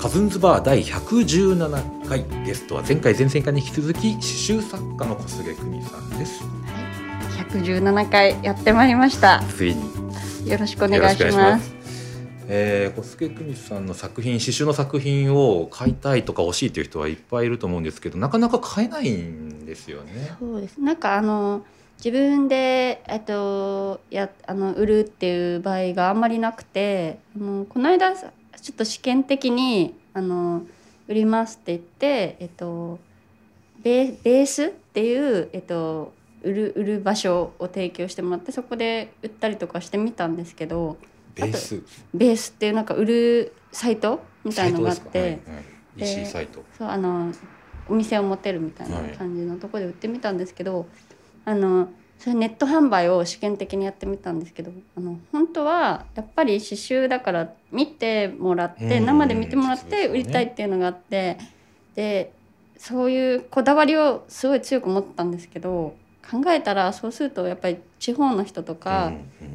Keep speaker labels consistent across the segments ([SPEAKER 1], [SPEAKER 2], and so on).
[SPEAKER 1] カズンズバー第117回ゲストは前回前々回に引き続き刺繍作家の小菅久美さんです
[SPEAKER 2] 117回やってまいりました。
[SPEAKER 1] ついに
[SPEAKER 2] よろしくお願いします。
[SPEAKER 1] えー、小菅久美さんの作品刺繍の作品を買いたいとか欲しいという人はいっぱいいると思うんですけどなかなか買えないんですよね。
[SPEAKER 2] そうです。なんかあの自分でえっとやあの売るっていう場合があんまりなくて、あのこの間さちょっと試験的にあの売りますって言ってえっとベーベースっていうえっと売る売る場所を提供してもらってそこで売ったりとかしてみたんですけど
[SPEAKER 1] ベース
[SPEAKER 2] ベースっていうなんか売るサイトみたいのがあっ
[SPEAKER 1] サイト
[SPEAKER 2] て。
[SPEAKER 1] ですかはいはい、
[SPEAKER 2] で
[SPEAKER 1] EC サイト。
[SPEAKER 2] そうあのお店を持てるみたいな感じのとこで売ってみたんですけど、あのそれネット販売を試験的にやってみたんですけどあの本当はやっぱり刺繍だから見てもらっ
[SPEAKER 1] う
[SPEAKER 2] て
[SPEAKER 1] ん
[SPEAKER 2] 生で見てもらっ
[SPEAKER 1] そうです
[SPEAKER 2] て
[SPEAKER 1] よね
[SPEAKER 2] 売りたいっていうのがあってでそういうこだわりをすごい強く持ってたんですけど考えたらそうするとやっぱり地方の人とか、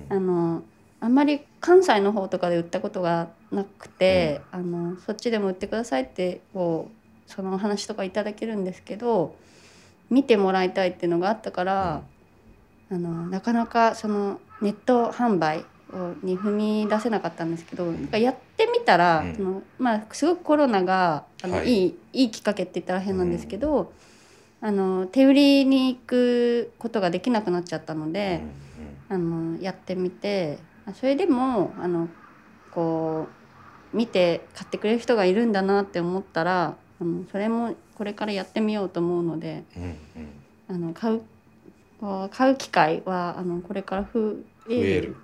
[SPEAKER 2] あのあんまり関西の方とかで売ったことがなくて、あのそっちでも売ってくださいってこうそのお話とかいただけるんですけど見てもらいたいっていうのがあったから、あのなかなかそのネット販売をに踏み出せなかったんですけど、なんかやってみたら、
[SPEAKER 1] うん
[SPEAKER 2] そのまあ、すごくコロナがあの、
[SPEAKER 1] はい
[SPEAKER 2] い、いいいきっかけって言ったら変なんですけど、あの手売りに行くことができなくなっちゃったので。あのやってみてあそれでもあのこう見て買ってくれる人がいるんだなって思ったらあのそれもこれからやってみようと思うので
[SPEAKER 1] うんうんうんうん
[SPEAKER 2] あの買うこう買う機会はあのこれから増
[SPEAKER 1] 増え
[SPEAKER 2] え
[SPEAKER 1] る
[SPEAKER 2] る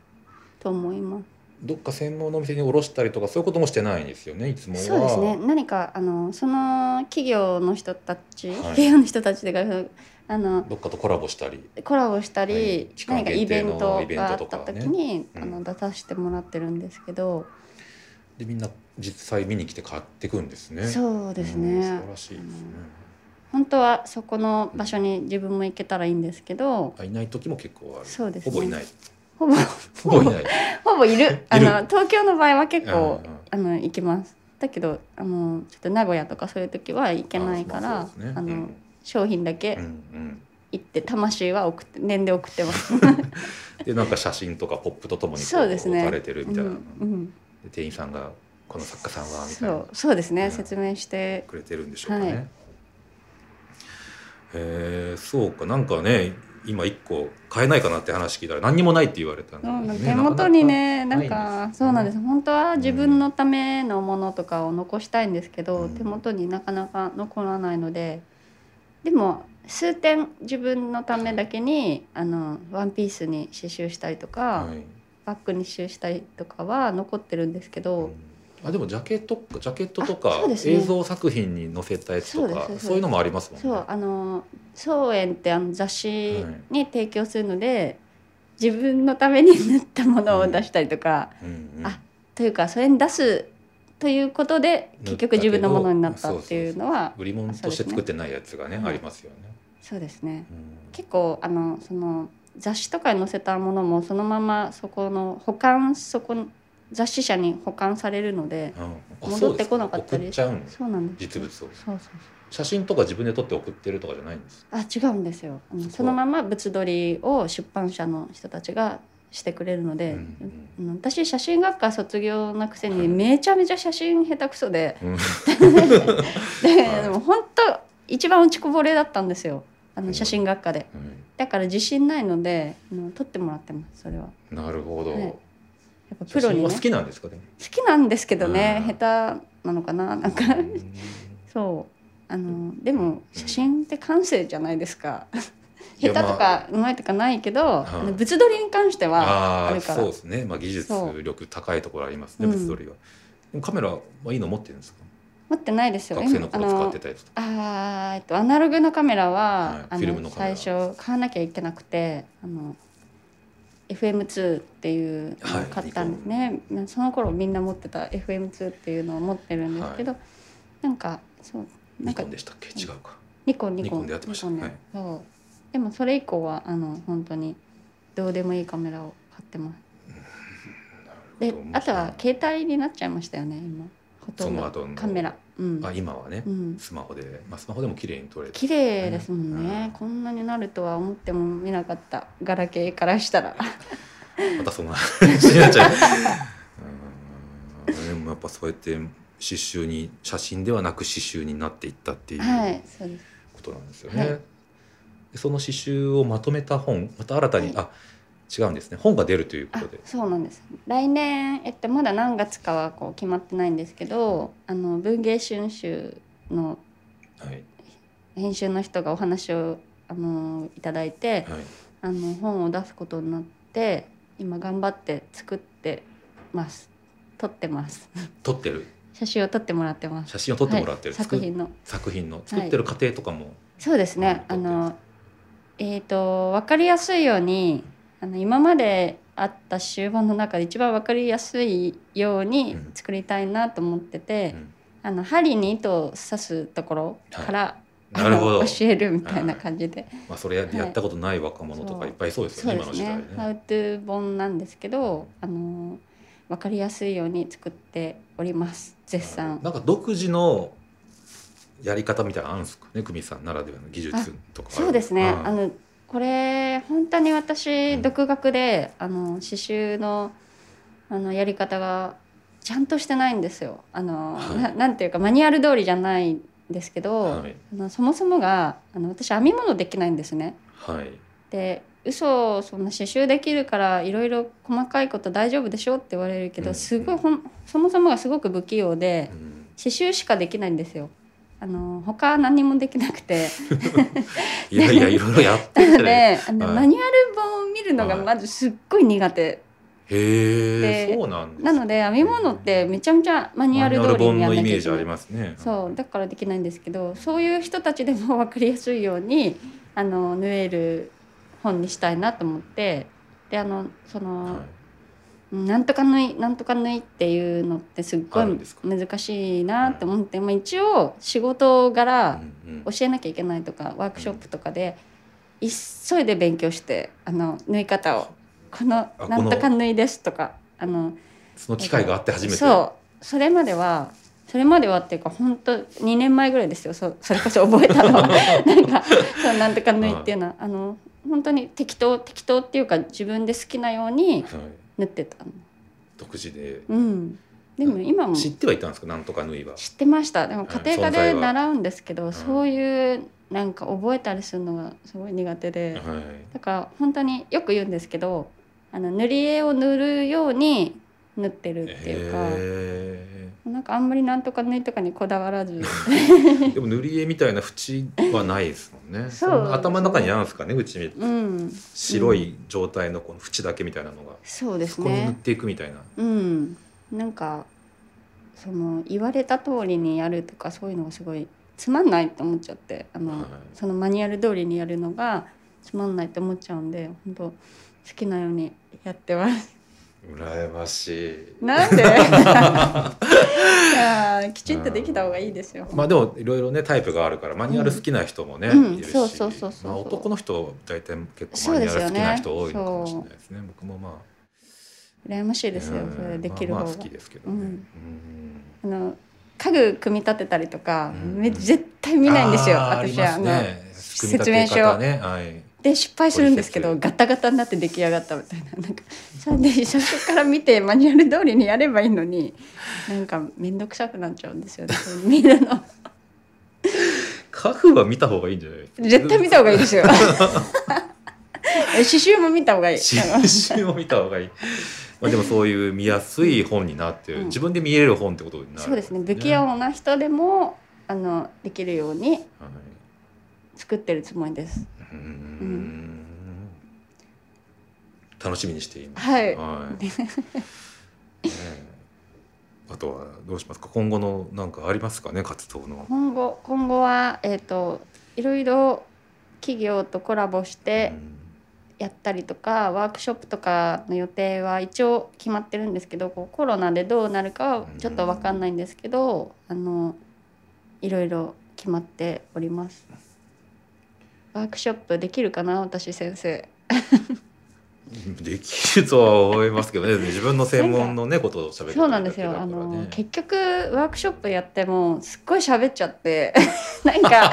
[SPEAKER 2] と思います。
[SPEAKER 1] どっか専門のお店に卸したりとかそういうこともしてないんですよねいつもは。
[SPEAKER 2] そうですね何かあのその企業の人たち、
[SPEAKER 1] はい
[SPEAKER 2] 企業の人たちというかあの
[SPEAKER 1] どっかとコラボしたり。
[SPEAKER 2] コラボしたり、
[SPEAKER 1] はい期間
[SPEAKER 2] 何かイベント
[SPEAKER 1] 限定の
[SPEAKER 2] があ
[SPEAKER 1] イベントと
[SPEAKER 2] っ
[SPEAKER 1] か
[SPEAKER 2] た
[SPEAKER 1] ね
[SPEAKER 2] 時に、
[SPEAKER 1] うん
[SPEAKER 2] あの出させてもらってるんですけど。
[SPEAKER 1] でみんな実際見に来て買ってくんですね。う
[SPEAKER 2] そうです
[SPEAKER 1] ん
[SPEAKER 2] ね
[SPEAKER 1] 素晴らしいですね。
[SPEAKER 2] 本当はそこの場所に自分も行けたらいいんですけど
[SPEAKER 1] あいない時も結構ある。
[SPEAKER 2] そうです
[SPEAKER 1] ほ
[SPEAKER 2] ね
[SPEAKER 1] ぼいない。
[SPEAKER 2] ほぼ
[SPEAKER 1] ほぼいない。
[SPEAKER 2] ほぼいるあの東京の場合は結構
[SPEAKER 1] うんうん
[SPEAKER 2] あの行きますだけどあのちょっと名古屋とかそういう時は行けないか
[SPEAKER 1] あ
[SPEAKER 2] ら
[SPEAKER 1] そうですね
[SPEAKER 2] あ
[SPEAKER 1] う
[SPEAKER 2] の
[SPEAKER 1] ん
[SPEAKER 2] 商品だ
[SPEAKER 1] う
[SPEAKER 2] け
[SPEAKER 1] んうん
[SPEAKER 2] 行って魂は送って念で送って ます
[SPEAKER 1] でなんか写真とかポップとともにこ
[SPEAKER 2] そうですね
[SPEAKER 1] 置かれてるみたいな、
[SPEAKER 2] うんうん
[SPEAKER 1] で店員さんが「この作家さんは」みたい
[SPEAKER 2] そ
[SPEAKER 1] な
[SPEAKER 2] うそうです
[SPEAKER 1] う
[SPEAKER 2] ね
[SPEAKER 1] ん
[SPEAKER 2] 説明して
[SPEAKER 1] くれてるんでしょうかね。
[SPEAKER 2] はい
[SPEAKER 1] えーそうかなんかね今一個買えないかなって話聞いたら何にもないって言われたんだ
[SPEAKER 2] そう
[SPEAKER 1] もん
[SPEAKER 2] な
[SPEAKER 1] ね
[SPEAKER 2] んか手元にね
[SPEAKER 1] な
[SPEAKER 2] な
[SPEAKER 1] かな
[SPEAKER 2] んか
[SPEAKER 1] かないんですよね
[SPEAKER 2] そうなんです本当は自分のためのものとかを残したいんですけど、
[SPEAKER 1] うん
[SPEAKER 2] 手元になかなか残らないのででも数点自分のためだけにあのワンピースに刺繍したりとか、
[SPEAKER 1] はい
[SPEAKER 2] バッグに刺繍したりとかは残ってるんですけど、
[SPEAKER 1] あでもジャケットジャケットとか
[SPEAKER 2] あ、そうですね
[SPEAKER 1] 映像作品に載せたやつと
[SPEAKER 2] そう
[SPEAKER 1] か
[SPEAKER 2] ですそうです
[SPEAKER 1] そういうのもありますもんね。
[SPEAKER 2] そうあの草園ってあの雑誌に提供するので、自分のために縫ったものを出したりとか。
[SPEAKER 1] うんうん
[SPEAKER 2] あというかそれに出すということで
[SPEAKER 1] だ
[SPEAKER 2] 結局自分のものになったっていうのは
[SPEAKER 1] 売り物として作ってないやつがね
[SPEAKER 2] そうですね
[SPEAKER 1] ありますよね。
[SPEAKER 2] そうですね
[SPEAKER 1] うん
[SPEAKER 2] 結構あのその雑誌とかに載せたものもそのままそこの保管そこ雑誌社に保管されるので
[SPEAKER 1] うんあ
[SPEAKER 2] 戻ってこなかった
[SPEAKER 1] そうで
[SPEAKER 2] り
[SPEAKER 1] す送っちゃうんです
[SPEAKER 2] そうなんです
[SPEAKER 1] 実物を
[SPEAKER 2] そうそうそう
[SPEAKER 1] 写真とか自分で撮って送ってるとかじゃないんです。
[SPEAKER 2] あ違うんですよあの
[SPEAKER 1] そう
[SPEAKER 2] そのまま物撮りを出版社の人たちがしてくれるので、
[SPEAKER 1] うんうん
[SPEAKER 2] あの私写真学科卒業なくせ
[SPEAKER 1] はい
[SPEAKER 2] にめちゃめちゃ写真下手くそで、
[SPEAKER 1] うん
[SPEAKER 2] で
[SPEAKER 1] はい
[SPEAKER 2] でも本当一番落ちこぼれだったんですよあ
[SPEAKER 1] うん
[SPEAKER 2] の写真学科で
[SPEAKER 1] うん
[SPEAKER 2] だから自信ないのであの撮ってもらってますそれは
[SPEAKER 1] なるほど。
[SPEAKER 2] はいやっぱ
[SPEAKER 1] 写
[SPEAKER 2] プロ
[SPEAKER 1] 真
[SPEAKER 2] に、ね、
[SPEAKER 1] は
[SPEAKER 2] 好
[SPEAKER 1] 好
[SPEAKER 2] き
[SPEAKER 1] きなんですかでも。
[SPEAKER 2] なんですけどね
[SPEAKER 1] うん
[SPEAKER 2] 下手なのかななんか
[SPEAKER 1] うん
[SPEAKER 2] そうあのでも写真って感性じゃないですか
[SPEAKER 1] い
[SPEAKER 2] 下手
[SPEAKER 1] や
[SPEAKER 2] とかうまいとかないけど、
[SPEAKER 1] い
[SPEAKER 2] あの物撮りに関しては
[SPEAKER 1] あ
[SPEAKER 2] あ
[SPEAKER 1] あ
[SPEAKER 2] るから
[SPEAKER 1] そうですね。まあ技術
[SPEAKER 2] そう
[SPEAKER 1] 力高いところありますね
[SPEAKER 2] うん
[SPEAKER 1] 物撮りは。でもカメラはいいの持ってるんですか。
[SPEAKER 2] 持ってないですよ
[SPEAKER 1] 学生の頃使って
[SPEAKER 2] あの
[SPEAKER 1] たやつとか。
[SPEAKER 2] あーえっとアナログのカメ
[SPEAKER 1] は
[SPEAKER 2] ラ
[SPEAKER 1] い
[SPEAKER 2] は、あ
[SPEAKER 1] フィルムのカメラ
[SPEAKER 2] 最初買わなきゃいけなくてあの FM2 っていうのを買ったんですね、その頃みんな持ってた FM2 っていうのを持ってるんですけど、なんかそう
[SPEAKER 1] ニ
[SPEAKER 2] なんか
[SPEAKER 1] コンでしたっけ違うか。
[SPEAKER 2] ニコンニ
[SPEAKER 1] ニコ
[SPEAKER 2] コン
[SPEAKER 1] ンでやってました
[SPEAKER 2] ニコンで
[SPEAKER 1] はい
[SPEAKER 2] そうでもそれ以降はあの本当にどうでもいいカメラを買ってますであとは携帯になっちゃいましたよね今ほとん
[SPEAKER 1] その後
[SPEAKER 2] ど
[SPEAKER 1] の
[SPEAKER 2] カメラ、うん
[SPEAKER 1] あ今はね
[SPEAKER 2] うん、
[SPEAKER 1] スマホで、まあ、スマホでも綺麗に撮れて
[SPEAKER 2] 綺麗ですもんね、
[SPEAKER 1] うん
[SPEAKER 2] こんなになるとは思っても見なかったガラケーからしたら
[SPEAKER 1] またそんな話になっ ちゃううーんでもやっぱそうやって刺繍に写真ではなく刺繍になっていったっていう
[SPEAKER 2] はいそうです
[SPEAKER 1] ことなんですよね。
[SPEAKER 2] はい
[SPEAKER 1] でその刺繍をまとめた本また新たに、あ違うんですね本が出るというこ
[SPEAKER 2] あ
[SPEAKER 1] とで。
[SPEAKER 2] そうなんです来年、えっと、まだ何月かはこう決まってないんですけどあの文芸春秋の
[SPEAKER 1] はい
[SPEAKER 2] 編集の人がお話をあのいただいて
[SPEAKER 1] はい
[SPEAKER 2] あの本を出すことになって今頑張って作ってます撮ってます
[SPEAKER 1] 撮ってる
[SPEAKER 2] 写真を撮ってもらってます
[SPEAKER 1] 写真を撮ってもらってる、
[SPEAKER 2] はい
[SPEAKER 1] 作
[SPEAKER 2] 作品の
[SPEAKER 1] 作品の作ってる過程とかも、
[SPEAKER 2] そうですね。
[SPEAKER 1] う
[SPEAKER 2] あ
[SPEAKER 1] ん
[SPEAKER 2] の、えっ、と、わかりやすいように、あの、今まであった終盤の中で一番わかりやすいように
[SPEAKER 1] うん
[SPEAKER 2] 作りたいなと思ってて、
[SPEAKER 1] うん
[SPEAKER 2] あの、針に糸を刺すところから、あ
[SPEAKER 1] なるほど
[SPEAKER 2] の教えるみたいな感じで、
[SPEAKER 1] まあ、それややったことない若者とかいっぱいそうですよ
[SPEAKER 2] そ
[SPEAKER 1] ね、
[SPEAKER 2] うで
[SPEAKER 1] 今の
[SPEAKER 2] す
[SPEAKER 1] 時代
[SPEAKER 2] ね
[SPEAKER 1] ね。。
[SPEAKER 2] ハウトゥー本なんですけど、あの、わかりやすいように作っております。絶賛。
[SPEAKER 1] なんか独自のやり方みたいなのあるんですかね久美さんならではの技術とかある
[SPEAKER 2] そうですね、
[SPEAKER 1] ん
[SPEAKER 2] あのこれ本当に私独学で、あの刺繍のあのやり方がちゃんとしてないんですよあの、
[SPEAKER 1] はい
[SPEAKER 2] ななんていうかマニュアル通りじゃないんですけど、
[SPEAKER 1] はい
[SPEAKER 2] あのそもそもがあの私編み物できないんですね。
[SPEAKER 1] はい
[SPEAKER 2] で嘘をそんな刺繍できるからいろいろ細かいこと大丈夫でしょって言われるけど、
[SPEAKER 1] うん
[SPEAKER 2] すごいほんそもそもがすごく不器用で。
[SPEAKER 1] うん
[SPEAKER 2] 刺繍しかできないんですよ。あの他何もできなくて
[SPEAKER 1] いやいやいろいろやってる
[SPEAKER 2] な
[SPEAKER 1] じゃない
[SPEAKER 2] のであの、
[SPEAKER 1] はい
[SPEAKER 2] マニュアル本を見るのがまずすっごい苦手、
[SPEAKER 1] へえ
[SPEAKER 2] で
[SPEAKER 1] そうなんです
[SPEAKER 2] なので編み物ってめちゃめちゃマニュアル通り
[SPEAKER 1] 本
[SPEAKER 2] にや
[SPEAKER 1] の
[SPEAKER 2] んなき
[SPEAKER 1] イ
[SPEAKER 2] ゃい
[SPEAKER 1] メー
[SPEAKER 2] け
[SPEAKER 1] ジあ
[SPEAKER 2] な
[SPEAKER 1] り
[SPEAKER 2] い
[SPEAKER 1] ますね
[SPEAKER 2] そうだからできないんですけどそういう人たちでも分かりやすいようにあの縫える本にしたいなと思ってであのその、
[SPEAKER 1] は
[SPEAKER 2] うんなんとか縫いなんとか縫いっていうのってすっご
[SPEAKER 1] あ
[SPEAKER 2] い
[SPEAKER 1] るんですか
[SPEAKER 2] 難しいなと思って、まあ、一応仕事
[SPEAKER 1] い
[SPEAKER 2] 柄、
[SPEAKER 1] うんうん
[SPEAKER 2] 教えなきゃいけないとかワークショップとかで急いで勉強してあの縫い方をこの
[SPEAKER 1] あ
[SPEAKER 2] なんとか縫いですとかあの
[SPEAKER 1] その機会があって初めて
[SPEAKER 2] そうそれまではそれまではっていうか本当2年前ぐらいですよそそれこそ覚え たのはなんかそうなんとか縫いっていうのはあの本当に適当適当っていうか自分で好きなよう
[SPEAKER 1] は
[SPEAKER 2] に
[SPEAKER 1] い
[SPEAKER 2] 縫ってたの
[SPEAKER 1] 独自で
[SPEAKER 2] うんでも今も
[SPEAKER 1] 知ってはいたんですかなんとか縫いは
[SPEAKER 2] 知ってましたでも家庭科
[SPEAKER 1] 存在
[SPEAKER 2] で
[SPEAKER 1] は
[SPEAKER 2] 習うんですけど、
[SPEAKER 1] ん
[SPEAKER 2] そういうなんか覚えたりするのがすごい苦手で、
[SPEAKER 1] はい
[SPEAKER 2] だから本当によく言うんですけどあの塗り絵を塗るように塗ってるっていうか、
[SPEAKER 1] へ
[SPEAKER 2] なんかあんまりなんとか縫いとかにこだわらず
[SPEAKER 1] えでも塗り絵みたいな縁はないですもん ね
[SPEAKER 2] そうん
[SPEAKER 1] な頭の中にあるんですかねうちに
[SPEAKER 2] うん
[SPEAKER 1] 白い状態のこの縁だけみたいなのが
[SPEAKER 2] そうです
[SPEAKER 1] そこに塗っ
[SPEAKER 2] ね
[SPEAKER 1] ていくみたいな
[SPEAKER 2] うんなんかその言われた通りにやるとかそういうのがすごいつまんないって思っちゃってあの、
[SPEAKER 1] はい
[SPEAKER 2] そのマニュアル通りにやるのがつまんないって思っちゃうんで本当好きなようにやっ てます。
[SPEAKER 1] 羨ましい
[SPEAKER 2] なんで いやーきちんとできた方がいいですよ。
[SPEAKER 1] まあでもいろいろねタイプがあるからマニュアル好きな人もね、
[SPEAKER 2] うん
[SPEAKER 1] いるし
[SPEAKER 2] そうそうそうそう
[SPEAKER 1] まあ、男の人大体結構マニュアル好きな人多いのかもしれないですね僕もまあ
[SPEAKER 2] 羨ましいですよ
[SPEAKER 1] うん
[SPEAKER 2] それできる
[SPEAKER 1] まあ
[SPEAKER 2] 方
[SPEAKER 1] まあ
[SPEAKER 2] が
[SPEAKER 1] 好きですけどね、
[SPEAKER 2] う
[SPEAKER 1] う
[SPEAKER 2] ん
[SPEAKER 1] ん
[SPEAKER 2] あの家具組み立てたりとか、
[SPEAKER 1] うん
[SPEAKER 2] め絶対見ないんですよ
[SPEAKER 1] あー
[SPEAKER 2] 私は
[SPEAKER 1] あ
[SPEAKER 2] あ
[SPEAKER 1] り
[SPEAKER 2] の、
[SPEAKER 1] ますね組み立
[SPEAKER 2] 説明
[SPEAKER 1] て
[SPEAKER 2] 書
[SPEAKER 1] 方ねはい
[SPEAKER 2] で失敗するんですけ
[SPEAKER 1] こ
[SPEAKER 2] ど
[SPEAKER 1] れ
[SPEAKER 2] ガタガタになって出来上がったみたいななんかそれで最初から見てマニュアル通りにやればいいのになんか面倒くさくなっちゃうんですよねそう見るの
[SPEAKER 1] 家具は見た方がいいんじゃないですか
[SPEAKER 2] 絶対見た方がいいです よえ刺繍も見た方 がいい
[SPEAKER 1] 写真を見た方がいいまあでもそういう見やすい本になってる、
[SPEAKER 2] うん
[SPEAKER 1] 自分で見れる本ってことになる、
[SPEAKER 2] そうですね不器用な人でもあのできるように
[SPEAKER 1] はい
[SPEAKER 2] 作ってるつもりです
[SPEAKER 1] うーん楽しみにしています。
[SPEAKER 2] はい
[SPEAKER 1] いねえあとはどうしますか。今後のなんかありますかね活動の。
[SPEAKER 2] 今後今後はえっ、といろいろ企業とコラボしてやったりとか、ワークショップとかの予定は一応決まってるんですけどこうコロナでどうなるかはちょっと分かんないんですけど、あのいろいろ決まっております。ワークショップできるかな私先生。
[SPEAKER 1] できるとは思いますけどね自分の専門のねことを喋って
[SPEAKER 2] そうなんですよ、あの結局ワークショップやってもすっごい喋っちゃって なんかや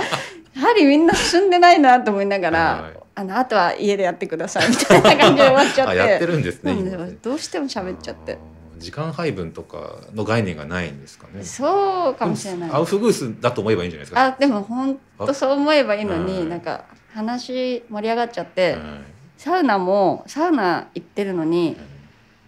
[SPEAKER 2] はりみんな進んでないなと思いながら、
[SPEAKER 1] はい
[SPEAKER 2] あのあとは家でやってくださいみたいな感じで終わっちゃっ
[SPEAKER 1] あ
[SPEAKER 2] て
[SPEAKER 1] やってるんです
[SPEAKER 2] そ
[SPEAKER 1] ね
[SPEAKER 2] うなんです
[SPEAKER 1] 今
[SPEAKER 2] よ
[SPEAKER 1] ね
[SPEAKER 2] どうしても喋っちゃって
[SPEAKER 1] あー時間配分とかの概念がないんですかね
[SPEAKER 2] そうかもしれない
[SPEAKER 1] アウフグースだと思えばいいんじゃないですか
[SPEAKER 2] あでも本当そう思えばいいの
[SPEAKER 1] う
[SPEAKER 2] に
[SPEAKER 1] ん
[SPEAKER 2] なんか話盛り上がっちゃって、
[SPEAKER 1] はい
[SPEAKER 2] サウナもサウナ行ってるのに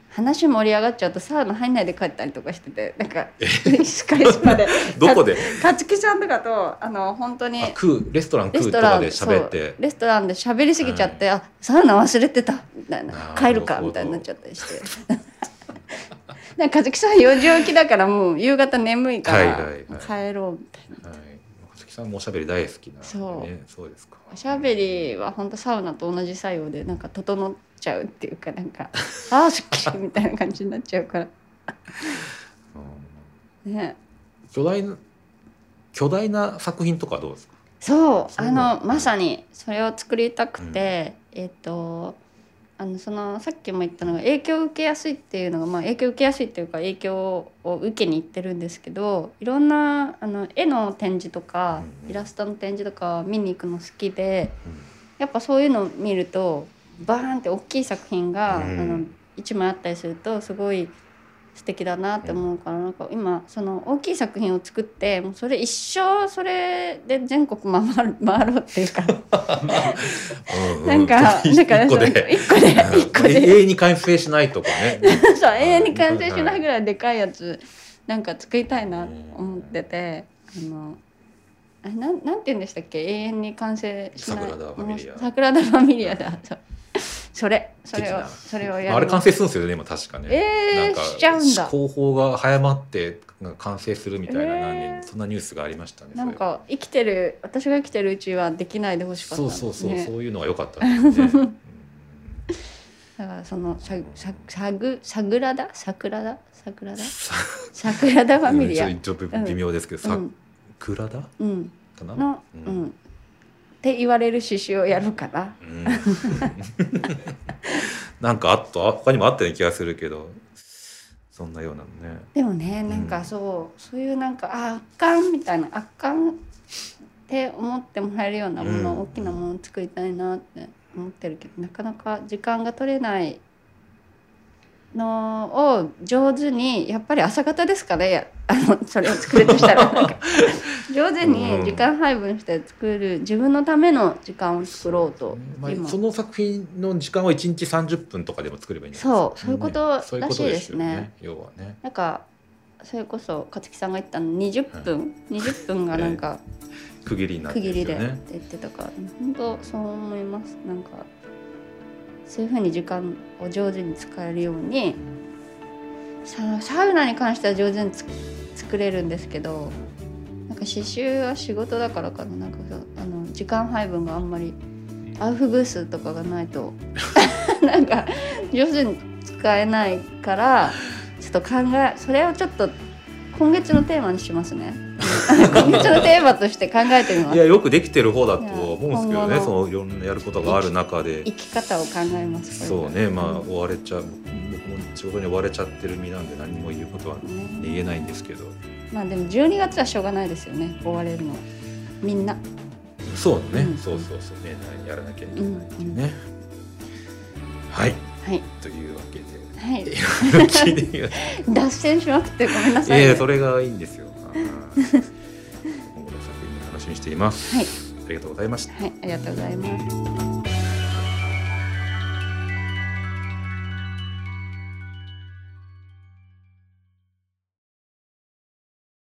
[SPEAKER 2] 話盛り上がっちゃうとサウナ入んないで帰ったりとかしててなんかしっかりしまで
[SPEAKER 1] どこで
[SPEAKER 2] 勝木ちゃんとかとあの本当に
[SPEAKER 1] あ食うレストラン食
[SPEAKER 2] レ
[SPEAKER 1] う
[SPEAKER 2] ス
[SPEAKER 1] と
[SPEAKER 2] トラ
[SPEAKER 1] か
[SPEAKER 2] ン
[SPEAKER 1] で喋っ
[SPEAKER 2] そう
[SPEAKER 1] て
[SPEAKER 2] レストランで喋りすぎちゃって、あサウナ忘れてたみたいな
[SPEAKER 1] なるほど
[SPEAKER 2] 帰るかみたいになっちゃったりして なんか和樹さん4時起きだからもう夕方眠いから、
[SPEAKER 1] はいはいは
[SPEAKER 2] 帰ろうみたいな
[SPEAKER 1] はい松木さんもおしゃべり大好きなんで
[SPEAKER 2] そう
[SPEAKER 1] ねそうですか
[SPEAKER 2] おしゃべりは本当サウナと同じ作用でなんか整っちゃうっていうかなん かああすっきりみたいな感じになっちゃうから
[SPEAKER 1] うん
[SPEAKER 2] ね
[SPEAKER 1] 巨大な巨大な作品とかどうですか
[SPEAKER 2] そう
[SPEAKER 1] そう
[SPEAKER 2] あ
[SPEAKER 1] な
[SPEAKER 2] の
[SPEAKER 1] んだ
[SPEAKER 2] まさにそれを作りたくて、えっ、とあのそのさっきも言ったのが影響を受けやすいっていうのが、まあ、影響を受けやすいっていうか影響を受けに行ってるんですけどいろんなあの絵の展示とか
[SPEAKER 1] うんうん
[SPEAKER 2] イラストの展示とか見に行くの好きで
[SPEAKER 1] うん
[SPEAKER 2] やっぱそういうのを見るとバーンって大きい作品が、
[SPEAKER 1] うん
[SPEAKER 2] あの1枚あったりするとすごい素敵だなって思うから、なんか今その大きい作品を作ってもうそれ一生それで全国回る回ろうっていうか
[SPEAKER 1] うう
[SPEAKER 2] なんか、なんか
[SPEAKER 1] 一個
[SPEAKER 2] その
[SPEAKER 1] で
[SPEAKER 2] 一個で
[SPEAKER 1] うん
[SPEAKER 2] 一個で
[SPEAKER 1] 永遠に完成しないとかね
[SPEAKER 2] そう永遠に完成しないぐらいでかいやつなんか作りたいなと思っててあのあなんなんて言うんでしたっけ永遠に完成しない
[SPEAKER 1] サグラダファミリア
[SPEAKER 2] もうサグラダ・ファミリアだそうそれそれ
[SPEAKER 1] 的
[SPEAKER 2] を
[SPEAKER 1] な
[SPEAKER 2] それを
[SPEAKER 1] まあ
[SPEAKER 2] や
[SPEAKER 1] あれ
[SPEAKER 2] る
[SPEAKER 1] 完成するんですよね今確かね
[SPEAKER 2] え
[SPEAKER 1] なん
[SPEAKER 2] ー、
[SPEAKER 1] か
[SPEAKER 2] しちゃうんだ
[SPEAKER 1] 思考法が早まってなんか完成するみたいな、
[SPEAKER 2] えー
[SPEAKER 1] 何そんなニュースがありましたね。
[SPEAKER 2] なんか生きてる私が生きてるうちはできないでほしかった
[SPEAKER 1] そ
[SPEAKER 2] ん
[SPEAKER 1] うそ
[SPEAKER 2] で
[SPEAKER 1] う
[SPEAKER 2] す
[SPEAKER 1] そう、
[SPEAKER 2] ね
[SPEAKER 1] そういうのが良かったです ね。うん
[SPEAKER 2] だからそのさささぐさぐらださくらださくらだ
[SPEAKER 1] さ
[SPEAKER 2] さくらだファミリア
[SPEAKER 1] うんちょっと微妙ですけど、
[SPEAKER 2] う
[SPEAKER 1] さ
[SPEAKER 2] ん、
[SPEAKER 1] くらだ
[SPEAKER 2] うん、
[SPEAKER 1] かな。
[SPEAKER 2] の、
[SPEAKER 1] う
[SPEAKER 2] うんんって言われる刺繍をやるかな
[SPEAKER 1] うん なんかあった他にもあったような気がするけど、そんなようなのね。
[SPEAKER 2] でもねなんかそう、そういうなんかあ圧巻みたいな圧巻って思ってもらえるようなもの、
[SPEAKER 1] うん
[SPEAKER 2] 大きなものを作りたいなって思ってるけどなかなか時間が取れないのを上手にやっぱり朝方ですかねやあのそれを作るとした らなんか上手に時間配分して作る自分のための時間を作ろうと
[SPEAKER 1] まあ
[SPEAKER 2] 今
[SPEAKER 1] その作品の時間を一日三十分とかでも作ればいいんじゃないですか。
[SPEAKER 2] そうそういうこと
[SPEAKER 1] ねそういうことですよ
[SPEAKER 2] らしい
[SPEAKER 1] ね。要はね。
[SPEAKER 2] なんかそれこそ勝木さんが言ったの20分、20分がなんか。
[SPEAKER 1] 区切りになって
[SPEAKER 2] 区
[SPEAKER 1] るんで
[SPEAKER 2] 切り
[SPEAKER 1] す
[SPEAKER 2] で
[SPEAKER 1] よ
[SPEAKER 2] っ
[SPEAKER 1] ね。
[SPEAKER 2] て言ってたから本当そう思いますなんかそういうふうに時間を上手に使えるようにさサウナに関しては上手につ作れるんですけどなんか刺繍は仕事だからかななんかさあの時間配分があんまりアウフグースとかがないと なんか上手に使えないからちょっと考えそれをちょっと今月のテーマにしま すね今月のテーマとして考えてみます
[SPEAKER 1] いやよくできてる方だと思うんですけど
[SPEAKER 2] い
[SPEAKER 1] ね
[SPEAKER 2] や
[SPEAKER 1] そのいろんなやることがある中で
[SPEAKER 2] 生き方を考えます
[SPEAKER 1] そうねまあ
[SPEAKER 2] うん
[SPEAKER 1] 追われちゃう僕も仕事に追われちゃってる身なんで何も言うことは
[SPEAKER 2] ね
[SPEAKER 1] 言えないんですけど
[SPEAKER 2] まあでも12月はしょうがないですよね追われるのみんな
[SPEAKER 1] そうね、
[SPEAKER 2] うん
[SPEAKER 1] そうそうそうねやらなきゃいけ
[SPEAKER 2] う
[SPEAKER 1] ない
[SPEAKER 2] ん
[SPEAKER 1] ね、
[SPEAKER 2] うん
[SPEAKER 1] はい
[SPEAKER 2] はい
[SPEAKER 1] というわ けで
[SPEAKER 2] はい
[SPEAKER 1] いろいろ聞いてみよう
[SPEAKER 2] 脱線しまくってごめんなさい、
[SPEAKER 1] え
[SPEAKER 2] ね
[SPEAKER 1] えそれがいいんですよはい今後の作品も楽しみにしています
[SPEAKER 2] はい
[SPEAKER 1] ありがとうございました
[SPEAKER 2] はいありがとうございます